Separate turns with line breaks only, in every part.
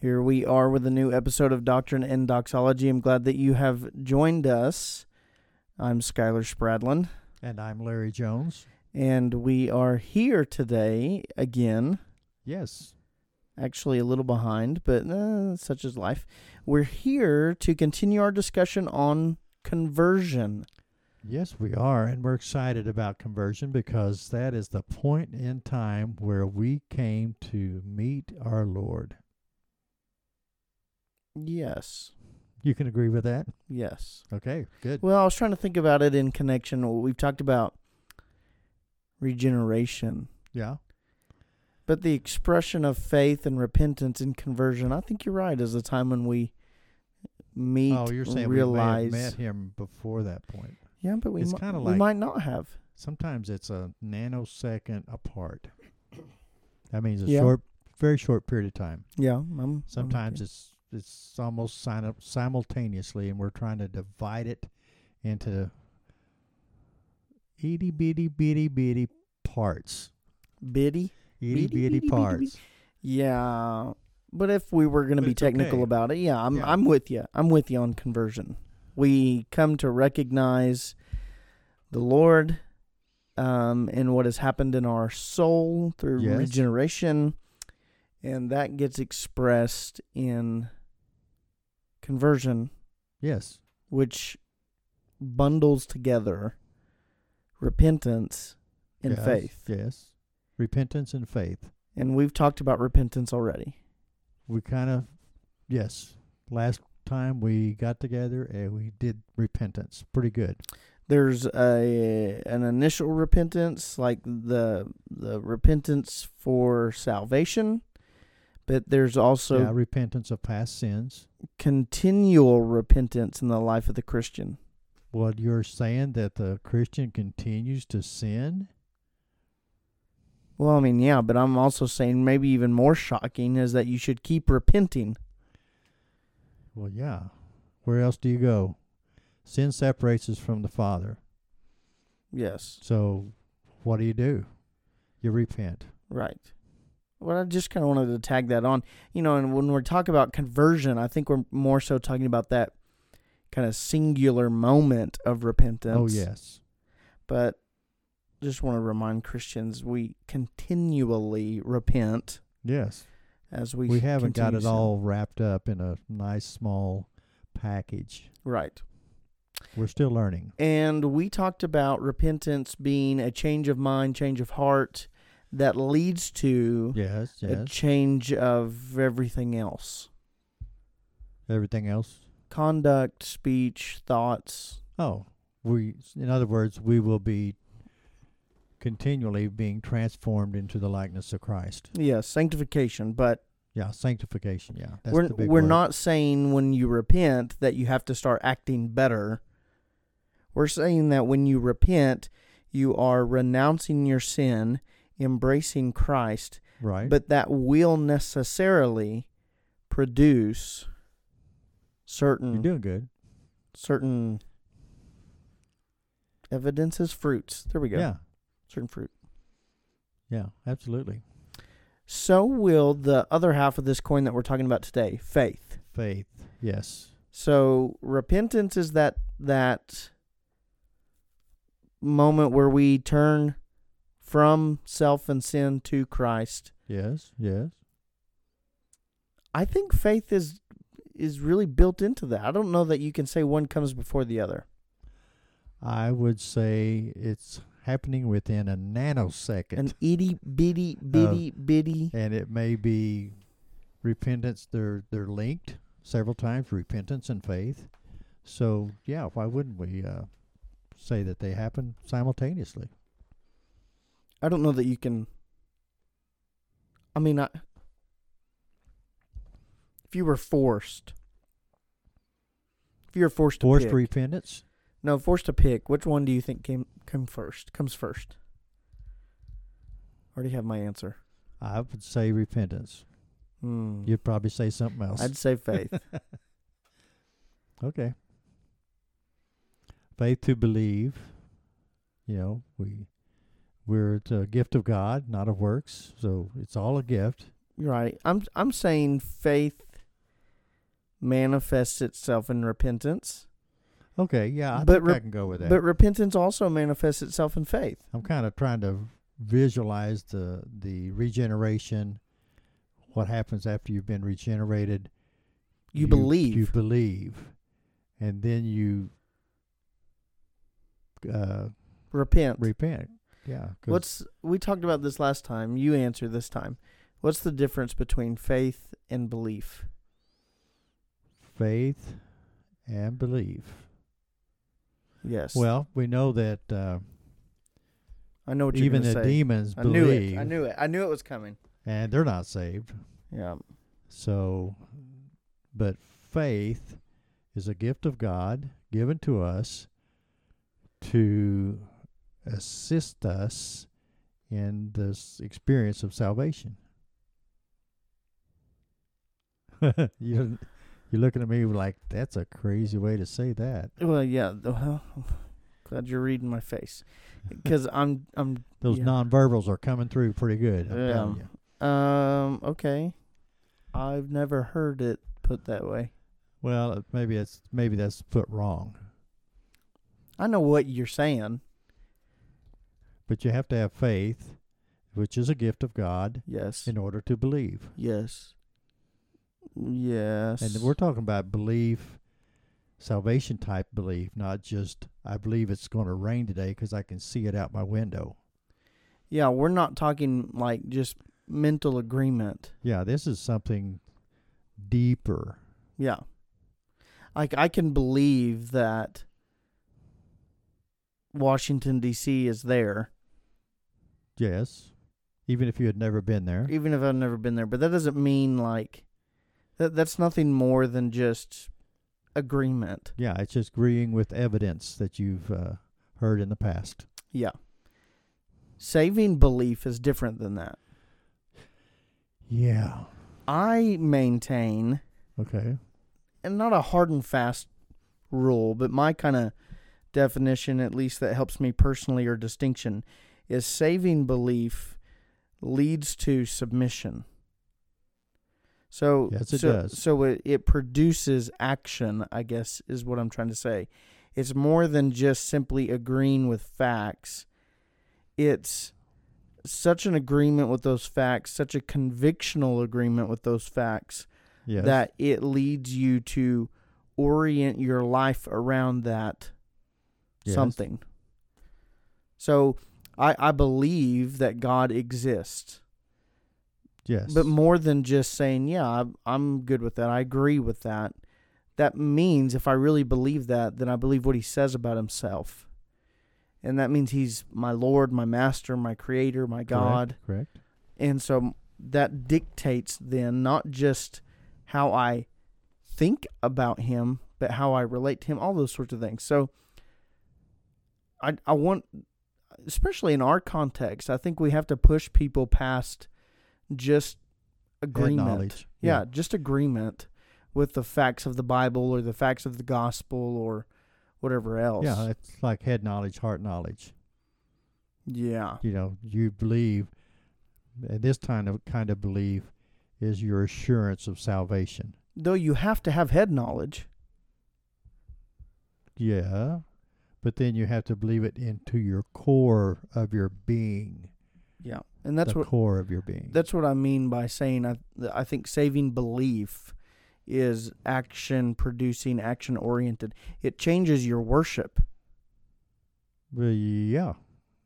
Here we are with a new episode of Doctrine and Doxology. I'm glad that you have joined us. I'm Skylar Spradlin,
And I'm Larry Jones.
and we are here today again.
Yes.
Actually, a little behind, but uh, such is life. We're here to continue our discussion on conversion.
Yes, we are. And we're excited about conversion because that is the point in time where we came to meet our Lord.
Yes,
You can agree with that?
yes.
Okay, good.
Well, I was trying to think about it in connection. We've talked about regeneration,
Yeah.
but the expression of faith and repentance and conversion. I think you're right. Is the time when we meet,
Oh, you're saying
realize.
we may have met him before that point.
Yeah, but we
It's
mi-
kinda
we
like-
might not have.
Sometimes it's a nanosecond apart. That means a
Yeah.
short, very short period of time.
Yeah, I'm- I'm with
Sometimes
you.
it's it's almost sim- simultaneously, and we're trying to divide it into itty bitty bitty bitty parts,
bitty.
itty
Bitty, bitty,
bitty
bitty,
parts.
Yeah, but if we were going to
But
be
it's
technical
okay.
about it, yeah, I'm
Yeah.
I'm with you. I'm with you on conversion. We come to recognize the Lord um, and what has happened in our soul through
Yes.
regeneration, and that gets expressed in conversion,
Yes,
which bundles together repentance and
yes,
faith.
Yes, repentance and faith.
And we've talked about repentance already.
We kind of yes. Last time we got together and we did repentance. Pretty good.
there's a an initial repentance like the the repentance for salvation but there's also
yeah, repentance of past sins.
continual repentance in the life of the christian
What you're saying that the Christian continues to sin?
well i mean yeah but i'm also saying maybe even more shocking is that you should keep repenting
Well, yeah. Where else do you go? Sin separates us from the Father.
yes
So, what do you do? You repent.
right well i just kind of wanted to tag that on you know and when we're talking about conversion i think we're more so talking about that kind of singular moment of repentance
oh, yes.
but just want to remind Christians we continually repent
Yes.
as we
We, haven't got
continue
it
sin.
all wrapped up in a nice small package.
right.
We're still learning.
And we talked about repentance being a change of mind, change of heart that leads to
Yes,
a
yes.
change of everything else.
Everything else?
Conduct, speech, thoughts.
Oh, we in other words, we will be continually being transformed into the likeness of Christ.
Yeah, sanctification, but
Yeah, sanctification, yeah. That's
we're
the big
we're
word.
not saying when you repent that you have to start acting better. We're saying that when you repent, you are renouncing your sin, embracing Christ,
right.
but that will necessarily produce
you're
certain
doing good.
certain evidences, fruits. There we go.
Yeah.
Certain fruit.
Yeah, absolutely.
So will the other half of this coin that we're talking about today, faith.
faith. Yes.
So repentance is that that moment where we turn from self and sin to Christ.
Yes. Yes.
I think faith is is really built into that. I don't know that you can say one comes before the other.
I would say it's happening within a nanosecond,
An itty bitty bitty bitty.
and it may be repentance. They're they're linked several times. Repentance and faith. So yeah, why wouldn't we uh, say that they happen simultaneously?
I don't know that you can. I mean, I, if you were forced, if you were forced to
Forced
pick,
repentance.
No, forced to pick. Which one do you think came come first? Comes first. Already have my answer.
I would say repentance.
Hmm.
You'd probably say something else.
I'd say faith.
Okay. Faith to believe. You know, we we're it's a gift of God, not of works. So it's all a gift.
You're right. I'm I'm saying faith manifests itself in repentance,
Okay, yeah, I
But
think I
rep-
can go with that.
but repentance also manifests itself in faith.
I'm kind of trying to visualize the the regeneration, what happens after you've been regenerated.
You, believe.
You believe, and then you uh,
repent.
repent. Yeah. 'cause
What's we talked about this last time? You answer this time. What's the difference between faith and belief?
faith and belief?
Yes.
Well, we know that uh,
I know what you're
even
gonna
the
say.
demons
I knew
believe,
it. I knew it. I knew it was coming.
and they're not saved.
Yeah.
So, but faith is a gift of God given to us to assist us in this experience of salvation. you you're looking at me like that's a crazy way to say that.
Well, yeah. the- Well, glad you're reading my face, because I'm I'm
Those
Yeah.
nonverbals are coming through pretty good. I'm
Yeah.
telling you.
um okay. I've never heard it put that way.
Well, uh, maybe it's maybe that's put wrong,
I know what you're saying.
but you have to have faith, which is a gift of God,
Yes.
in order to believe.
Yes. Yes.
And we're talking about belief, salvation type belief, not just I believe it's going to rain today because I can see it out my window.
yeah, we're not talking like just mental agreement.
Yeah, this is something deeper.
Yeah. Like I can believe that Washington D.C. is there,
Yes, even if you had never been there.
even if I've never been there. But that doesn't mean like that. That's nothing more than just agreement.
Yeah, it's just agreeing with evidence that you've uh, heard in the past.
Yeah. Saving belief is different than that.
Yeah.
I maintain,
Okay.
and not a hard and fast rule, but my kind of definition, at least that helps me personally, or distinction, is saving belief leads to submission. So,
Yes, it
so,
does.
so it, it produces action, I guess, is what I'm trying to say. It's more than just simply agreeing with facts. It's such an agreement with those facts, such a convictional agreement with those facts
Yes.
that it leads you to orient your life around that
Yes.
something. So I, I believe that God exists,
Yes.
but more than just saying, yeah, I'm, I'm good with that. I agree with that. That means if I really believe that, then I believe what he says about himself. And that means he's my Lord, my master, my creator, my God.
Correct.
And so that dictates then not just how I think about him, but how I relate to him, all those sorts of things. So I I want especially in our context, I think we have to push people past just
Correct. That
agreement.
knowledge.
Yeah, just agreement with the facts of the Bible or the facts of the gospel or whatever else.
Yeah, it's like head knowledge, heart knowledge.
Yeah.
you know you believe and this kind of kind of belief is your assurance of salvation
Though you have to have head knowledge.
yeah but then you have to believe it into your core of your being
Yeah. And that's
the
what
core of your being
That's what I mean by saying I I think saving belief is action producing, action oriented. It changes your worship.
well, yeah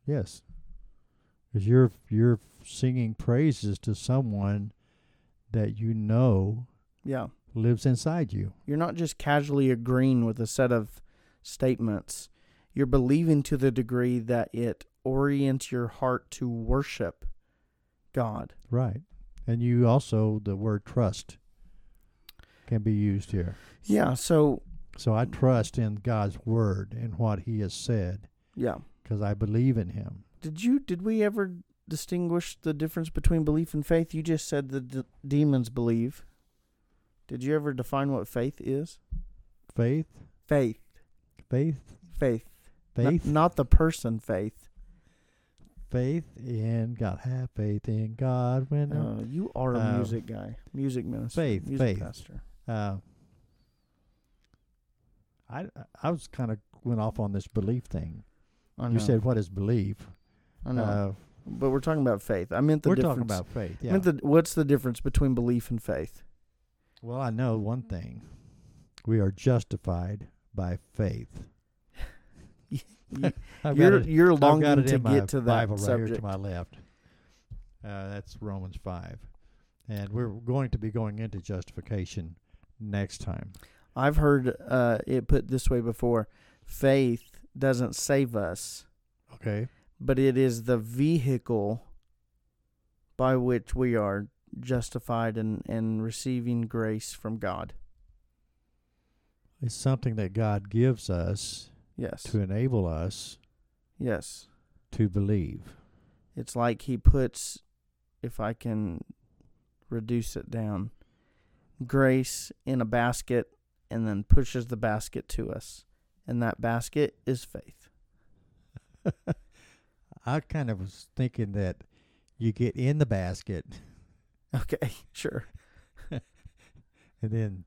yes because you're you're singing praises to someone that you know
Yeah.
lives inside you
You're not just casually agreeing with a set of statements. You're believing to the degree that it orients your heart to worship God.
right and you also the word trust can be used here
Yeah, so
So I trust in God's word and what He has said
yeah.
because I believe in Him.
Did you did we ever distinguish the difference between belief and faith? You just said the d- demons believe. Did you ever define what faith is?
Faith,
faith,
faith,
faith, N-
faith,
not the person faith.
faith in God. Have faith in God. When
Uh, you are a
Uh,
music guy, music minister,
faith,
music
faith.
pastor.
uh, I I was kind of went off on this belief thing.
I
You
know,
said what is belief?
I know.
Uh,
but we're talking about faith. I meant the
we're
difference.
talking about faith.
I
Yeah.
meant the, what's the difference between belief and faith?
well, I know one thing. We are justified by faith.
You-
I've got
you're
it-
you're
I've got
longing
it
to
in my
get to that
Bible right here
subject.
to my left. Uh, that's Romans five, and we're going to be going into justification next time.
I've heard uh, it put this way before: faith doesn't save us,
Okay.
but it is the vehicle by which we are justified and, and receiving grace from God.
It's something that God gives us
Yes.
to enable us
Yes.
to believe.
It's like he puts, if I can reduce it down, grace in a basket and then pushes the basket to us. And that basket is faith.
I kind of was thinking that you get in the basket,
Okay, sure.
and then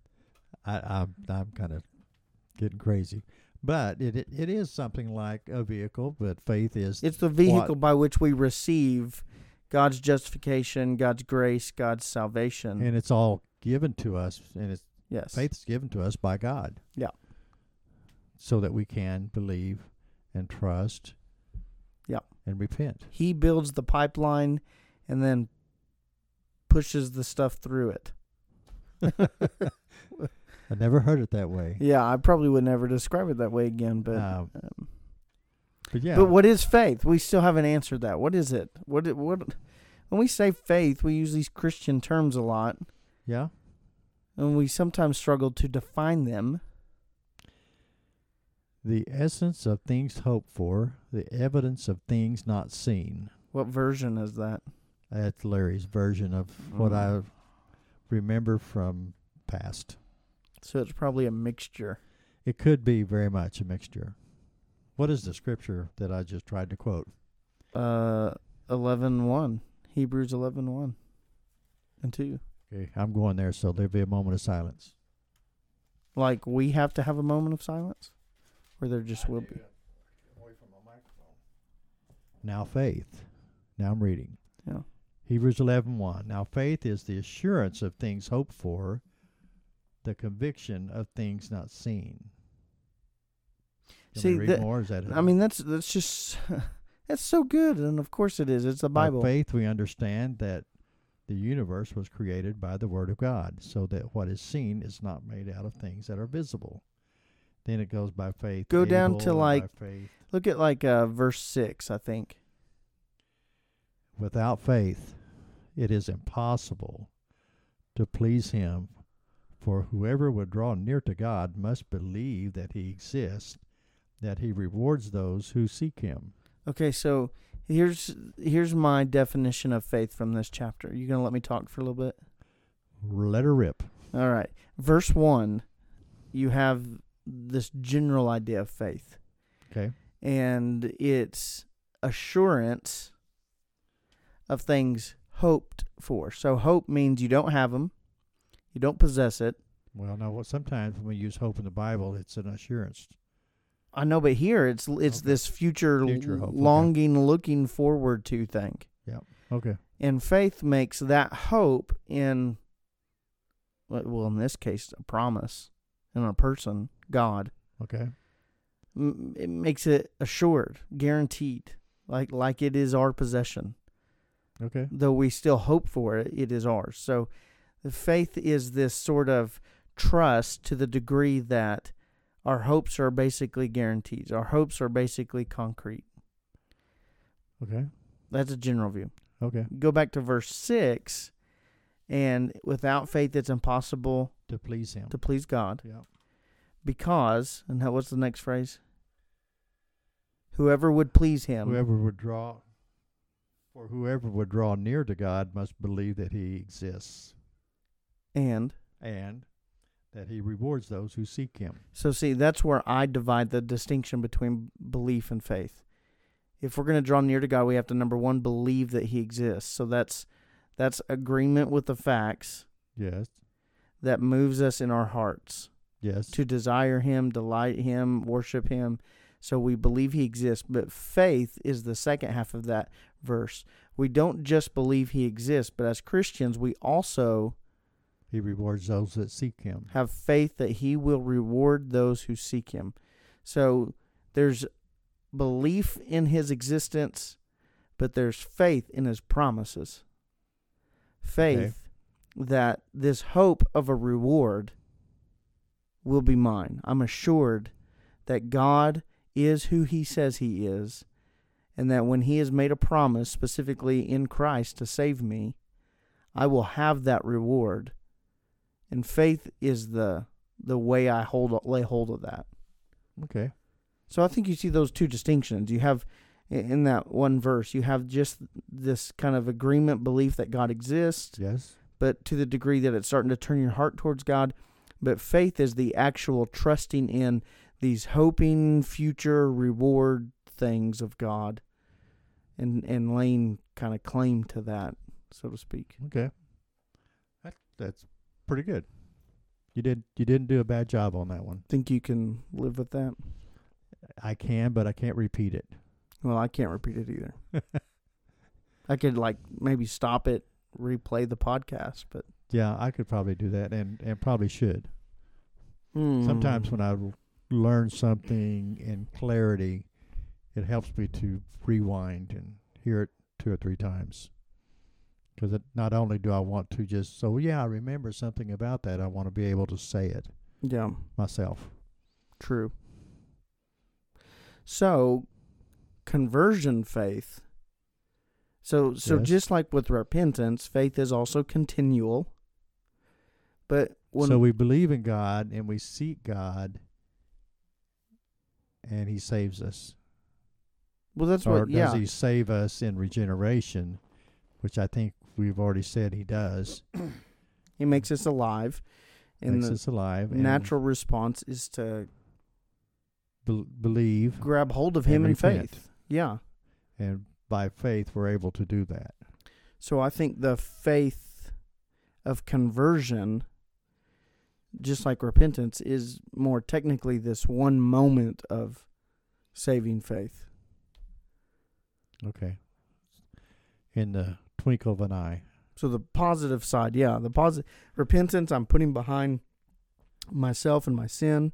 I, I'm I'm kind of getting crazy, but it, it it is something like a vehicle, but faith is
It's the vehicle by which we receive God's justification, God's grace, God's salvation.
and it's all given to us, and it's
yes.
faith is given to us by God.
Yeah.
So that we can believe and trust.
Yeah.
And repent.
He builds the pipeline and then pushes the stuff through it.
I never heard it that way.
Yeah, I probably would never describe it that way again, but
Um,
um,
But yeah.
But what is faith? We still haven't answered that. What is it? What it- what when we say faith, we use these Christian terms a lot,
yeah.
and we sometimes struggle to define them.
The essence of things hoped for, the evidence of things not seen.
What version is that?
That's Larry's version of what I
Mm.
remember from past.
So it's probably a mixture.
It could be very much a mixture. What is the scripture that I just tried to quote?
Uh, eleven one, Hebrews eleven one, and two.
Okay, I'm going there, so there'll be a moment of silence.
Like we have to have a moment of silence, or there just will be.
Now faith. Now I'm reading.
Yeah.
Hebrews 11:1. Now faith is the assurance of things hoped for, the conviction of things not seen. Can
See,
we read
the-
more? Is that
I mean, that's that's just that's so good, and of course it is. It's the
By
Bible.
faith we understand that the universe was created by the word of God, so that what is seen is not made out of things that are visible. Then it goes by faith.
Go down
Abel
to,
and by
like-
faith.
Look at like uh, verse six, I think.
Without faith, it is impossible to please him, for whoever would draw near to God must believe that he exists, that he rewards those who seek him.
Okay, so here's here's my definition of faith from this chapter. You gonna let me talk for a little bit?
Let her rip.
All right. Verse one, you have this general idea of faith,
Okay.
and it's assurance of things hoped for. So hope means you don't have them, you don't possess it.
Well, now what- sometimes when we use hope in the Bible, it's an assurance.
I know, but here it's it's
Okay.
this future,
Future hope, okay.
longing, looking forward to thing.
Okay.
And faith makes that hope in, well, in this case, a promise in a person, God.
Okay.
M- It makes it assured, guaranteed, like like it is our possession.
Okay.
Though we still hope for it, it is ours. So, the faith is this sort of trust to the degree that our hopes are basically guarantees. Our hopes are basically concrete.
Okay.
That's a general view.
Okay.
Go back to verse six, and without faith, it's impossible
To please him.
to please God
yeah.
because, and how, what's the next phrase? Whoever would please him.
Whoever would draw, for whoever would draw near to God must believe that he exists.
And
and that he rewards those who seek him.
so, see, that's where I divide the distinction between belief and faith. If we're going to draw near to God, we have to, number one, believe that he exists. So that's that's agreement with the facts
Yes.
that moves us in our hearts.
Yes.
to desire him, delight him, worship him. So we believe he exists, but faith is the second half of that verse. We don't just believe he exists, but as Christians, we also
he rewards those that seek him.
have faith that he will reward those who seek him. So there's belief in his existence, but there's faith in his promises. Faith that this hope of a reward will be mine. I'm assured that God is who he says he is, and that when he has made a promise, specifically in Christ, to save me, I will have that reward. And faith is the the way I hold lay hold of that.
Okay.
So I think you see those two distinctions. You have i- in that one verse, you have just this kind of agreement belief that God exists,
Yes.
but to the degree that it's starting to turn your heart towards God. But faith is the actual trusting in these hoping future reward things of God and and laying kind of claim to that, so to speak.
Okay. That that's pretty good. You did you didn't do a bad job on that one.
Think you can live with that?
I can, but I can't repeat it.
Well, I can't repeat it either. I could like maybe stop it, replay the podcast, but
Yeah, I could probably do that and, and probably should.
Hmm. Mm.
Sometimes when I l- learn something in clarity, it helps me to rewind and hear it two or three times. Because not only do I want to just, so yeah, I remember something about that, I want to be able to say it
yeah,
myself.
true. So, conversion faith. So so
Yes.
just like with repentance, faith is also continual. But when
so we believe in God and we seek God, and He saves us.
well, that's
or
what
does
yeah
He save us in regeneration, which I think we've already said He does.
he makes us alive, and
makes
the
us alive. and
natural response is to
bel- believe,
grab hold of him in
And repent.
faith. Yeah.
and by faith we're able to do that.
So I think the faith of conversion, just like repentance, is more technically this one moment of saving faith.
Okay. In the twinkle of an eye.
So the positive side, yeah, the positive repentance, I'm putting behind myself and my sin,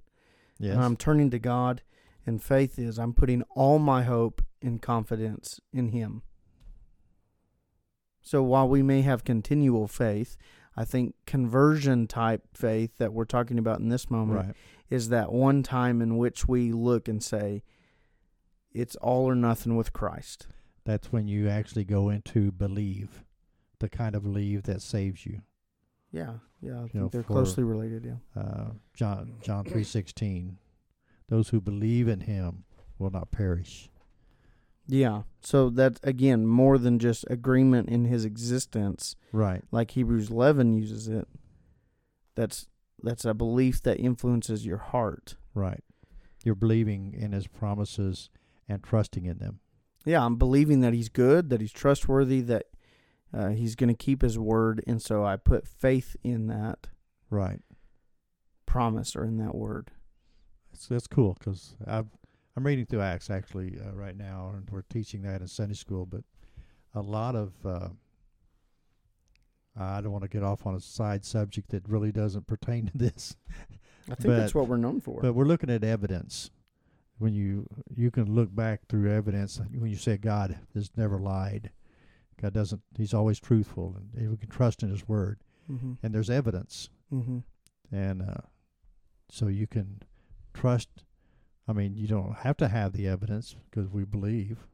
Yes.
and I'm turning to God. And faith is I'm putting all my hope and confidence in Him. So while we may have continual faith, I think conversion type faith that we're talking about in this moment
right.
is that one time in which we look and say, it's all or nothing with Christ.
That's when you actually go into believe, the kind of believe that saves you.
Yeah, yeah, I think
know,
they're
for-
closely related. Yeah,
Uh, John John three sixteen. Those who believe in Him will not perish.
yeah. So that's again more than just agreement in His existence,
Right.
like Hebrews eleven uses it. That's that's a belief that influences your heart.
Right. You're believing in His promises and trusting in them.
Yeah, I'm believing that He's good, that He's trustworthy, that uh, He's going to keep His word, and so I put faith in that
Right.
promise or in that word.
That's that's cool because I've I'm reading through Acts actually uh, right now, and we're teaching that in Sunday school. But a lot of uh, I don't want to get off on a side subject that really doesn't pertain to this,
I think
But-
that's what we're known for.
but we're looking at evidence. When you you can look back through evidence, when you say God has never lied, God doesn't; He's always truthful, and we can trust in His word.
mm-hmm.
And there's evidence.
Mm-hmm.
and uh, so you can trust. I mean, you don't have to have the evidence because we believe,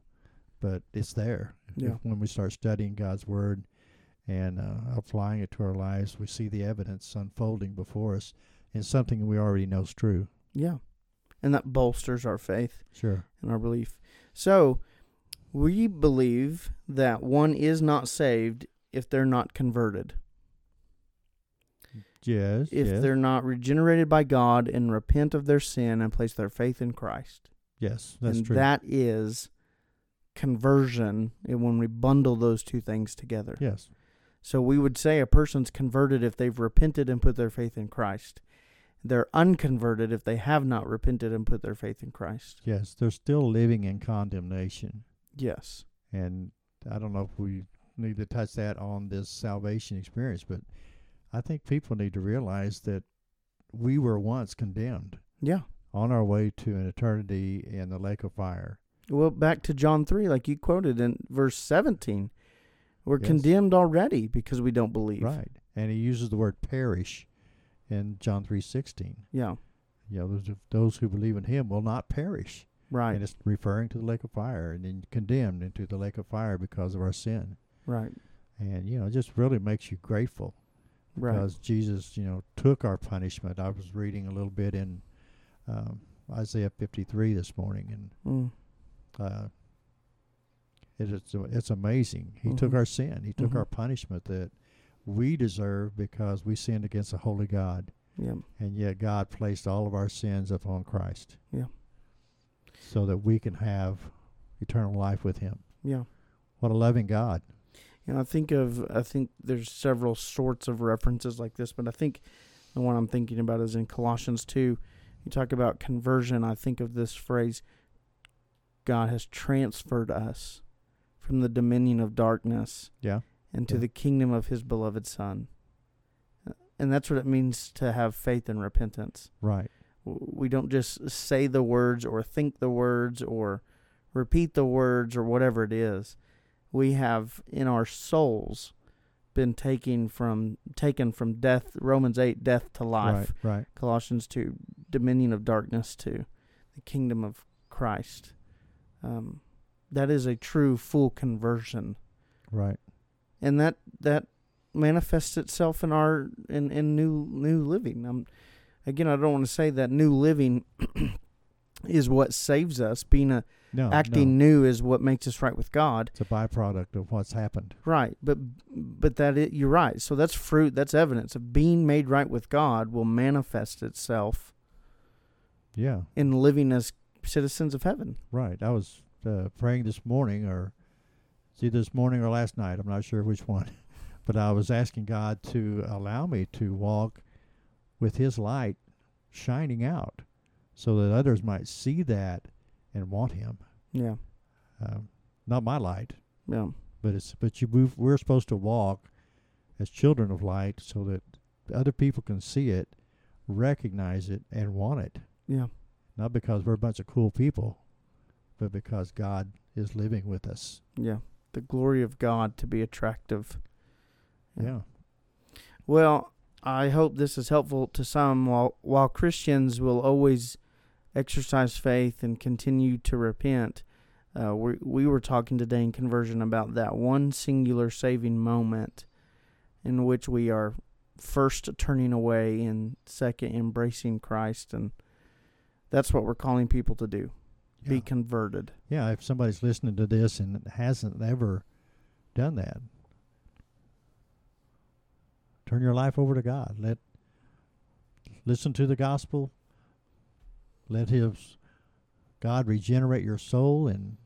but it's there. If-
Yeah.
when we start studying God's word and uh, applying it to our lives, we see the evidence unfolding before us in something we already know is true.
Yeah. And that bolsters our faith
Sure.
and our belief. So we believe that one is not saved if they're not converted,
Yes.
if
yes.
they're not regenerated by God and repent of their sin and place their faith in Christ.
yes, that's
and
true.
that is conversion and when we bundle those two things together.
yes.
So we would say a person's converted if they've repented and put their faith in Christ. They're unconverted if they have not repented and put their faith in Christ.
Yes, they're still living in condemnation.
Yes.
And I don't know if we need to touch that on this salvation experience, but I think people need to realize that we were once condemned
Yeah.
on our way to an eternity in the lake of fire.
Well, back to John 3, like you quoted in verse 17. We're
Yes.
condemned already because we don't believe.
Right. And he uses the word perish in John 3:16.
Yeah.
You know, those, those who believe in him will not perish.
Right.
And it's referring to the lake of fire and then condemned into the lake of fire because of our sin.
Right.
And you know, it just really makes you grateful
Right.
because Jesus, you know, took our punishment. I was reading a little bit in um, Isaiah 53 this morning and
Mm.
uh, it is it's amazing. He took
Mhm.
our sin. He took
Mhm.
our punishment that we deserve because we sinned against a holy God,
Yeah.
and yet God placed all of our sins upon Christ.
Yeah.
So that we can have eternal life with Him.
Yeah.
What a loving God!
You know, I think of I think there's several sorts of references like this, but I think the one I'm thinking about is in Colossians two. You talk about conversion. I think of this phrase: God has transferred us from the dominion of darkness,
Yeah.
into
Yeah.
the kingdom of His beloved Son. And that's what it means to have faith and repentance.
Right.
W- We don't just say the words or think the words or repeat the words or whatever it is. We have in our souls been taken from taken from death Romans 8 death to life
Right. Right.
Colossians 2 dominion of darkness to the kingdom of Christ. Um, that is a true full conversion
Right.
and that that manifests itself in our in in new new living. Um, again, I don't want to say that new living is what saves us. Being a
No.
acting
Oh, no.
new is what makes us right with God.
It's a byproduct of what's happened.
Right, but but that it, you're right. So that's fruit. That's evidence of being made right with God will manifest itself
Yeah.
in living as citizens of heaven.
Right. I was uh, praying this morning, or see, this morning or last night. I'm not sure which one, but I was asking God to allow me to walk with His light shining out, so that others might see that and want Him.
Yeah,
Um, not my light,
yeah,
but it's but you we've, we're supposed to walk as children of light, so that other people can see it, recognize it, and want it.
yeah.
Not because we're a bunch of cool people, but because God is living with us.
Yeah, the glory of God to be attractive. Yeah.
Yeah.
Well, I hope this is helpful to some. While while Christians will always exercise faith and continue to repent, uh, we we were talking today in conversion about that one singular saving moment, in which we are first turning away and second embracing Christ, and that's what we're calling people to do:
Yeah.
be converted.
yeah. If somebody's listening to this and hasn't ever done that, turn your life over to God. Let listen to the gospel. Let His God regenerate your soul and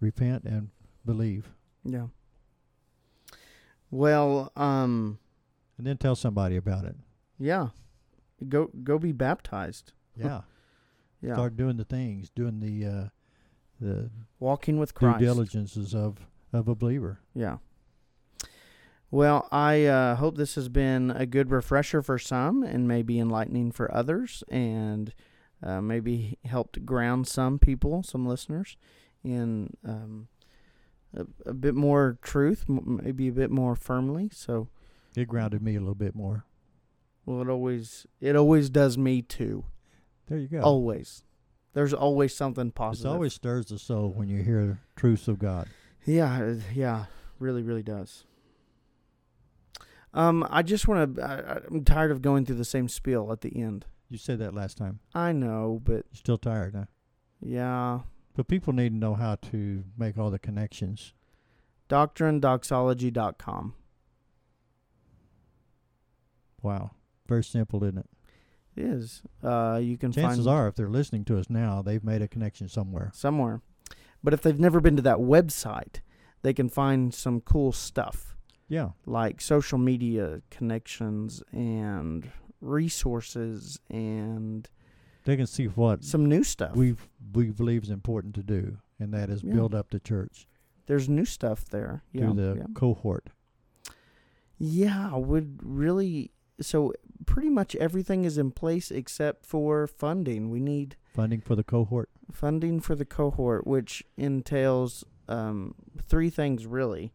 repent and believe,
Yeah. Well, um.
and then tell somebody about it.
Yeah. Go go be baptized.
Yeah.
Yeah.
Start doing the things, doing the uh, the
Walking with
due
Christ.
diligences of of a believer.
Yeah. Well, I uh, hope this has been a good refresher for some and maybe enlightening for others and uh, maybe helped ground some people, some listeners, in um, a, a bit more truth, m- maybe a bit more firmly. So,
It grounded me a little bit more.
well, it always it always does me too.
There you go.
Always, there's always something
It
Oh, positive.
always stirs the soul when you hear truths of God.
Yeah, it- yeah, really, really does. Um, I just want to. I'm tired of going through the same spiel at the end.
You said that last time.
I know, but
You're still tired, huh?
yeah,
But people need to know how to make all the connections.
doctrinedoxology.com.
Wow. Very simple, isn't it?
It is. Uh, you can
Chances
find
are, if they're listening to us now, they've made a connection somewhere.
somewhere, but if they've never been to that website, they can find some cool stuff
Yeah.
like social media connections and resources and
They can see what
some new stuff.
we we believe is important to do, and that is
Yeah.
build up the church
There's new stuff there. Yeah,
through the
yeah.
cohort.
Yeah, would really. So pretty much everything is in place except for funding. We need
Funding for the cohort.
funding for the cohort, which entails um, three things really,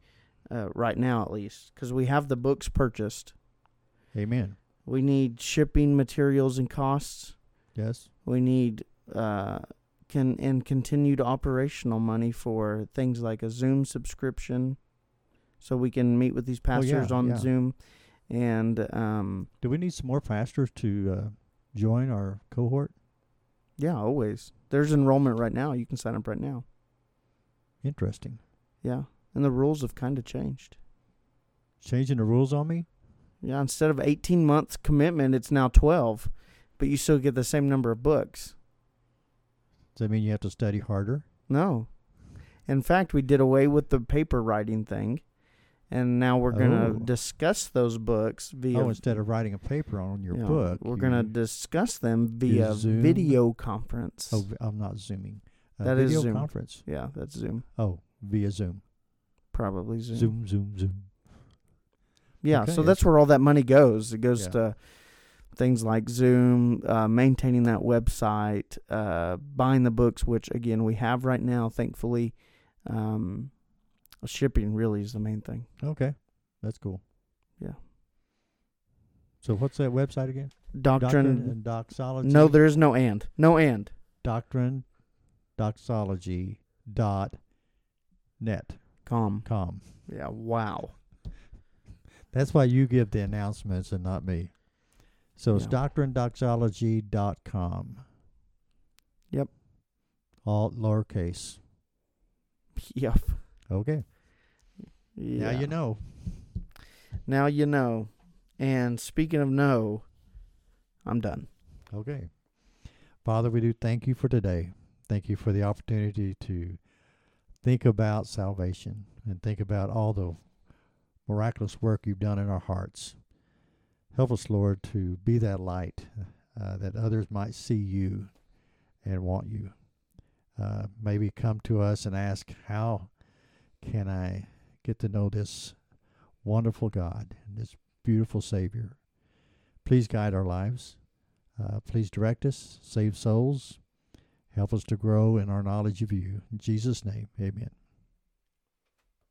uh, right now at least, because we have the books purchased.
Amen.
We need shipping materials and costs.
Yes.
We need uh, can and continued operational money for things like a Zoom subscription, so we can meet with these
Oh, yeah,
pastors on
yeah.
Zoom, and um,
Do we need some more pastors to uh, join our cohort?
yeah, always. There's enrollment right now. You can sign up right now.
Interesting.
Yeah, and the rules have kind of changed.
Changing the rules on me?
Yeah, instead of 18 months commitment, it's now 12, but you still get the same number of books.
Does that mean you have to study harder?
No. In fact, we did away with the paper writing thing, and now we're going to
Oh.
discuss those books via
Oh, instead of writing a paper on your
yeah,
book,
We're
you-
going to discuss them via
Zoom.
video conference.
Oh, vi- I'm not zooming. A
That is
video
Zoom.
conference.
Yeah, that's Zoom.
Oh, via Zoom.
Probably Zoom.
Zoom, Zoom, Zoom.
Yeah,
Okay,
so
that's-
that's where all that money goes. It goes
Yeah.
to things like Zoom, uh, maintaining that website, uh, buying the books, which again we have right now, thankfully. Um, shipping really is the main thing.
Okay, that's cool.
Yeah.
So what's that website again?
Doctrine.
and doxology.
no, there is no and. No and.
doctrine doxology dot net
Calm.
com.
Yeah. Wow.
That's why you give the announcements and not me. So it's
Yeah.
doctrinedoxology.com.
Yep.
All lowercase.
Yep.
Okay.
Yeah.
Now you know.
Now you know. And speaking of no, I'm done.
Okay. Father, we do thank you for today. Thank you for the opportunity to think about salvation and think about all the miraculous work you've done in our hearts. Help us, Lord, to be that light uh, that others might see you and want you. Uh, maybe come to us and ask, How can I get to know this wonderful God and this beautiful Savior? Please guide our lives. Uh, please direct us, save souls, help us to grow in our knowledge of you. In Jesus' name, amen.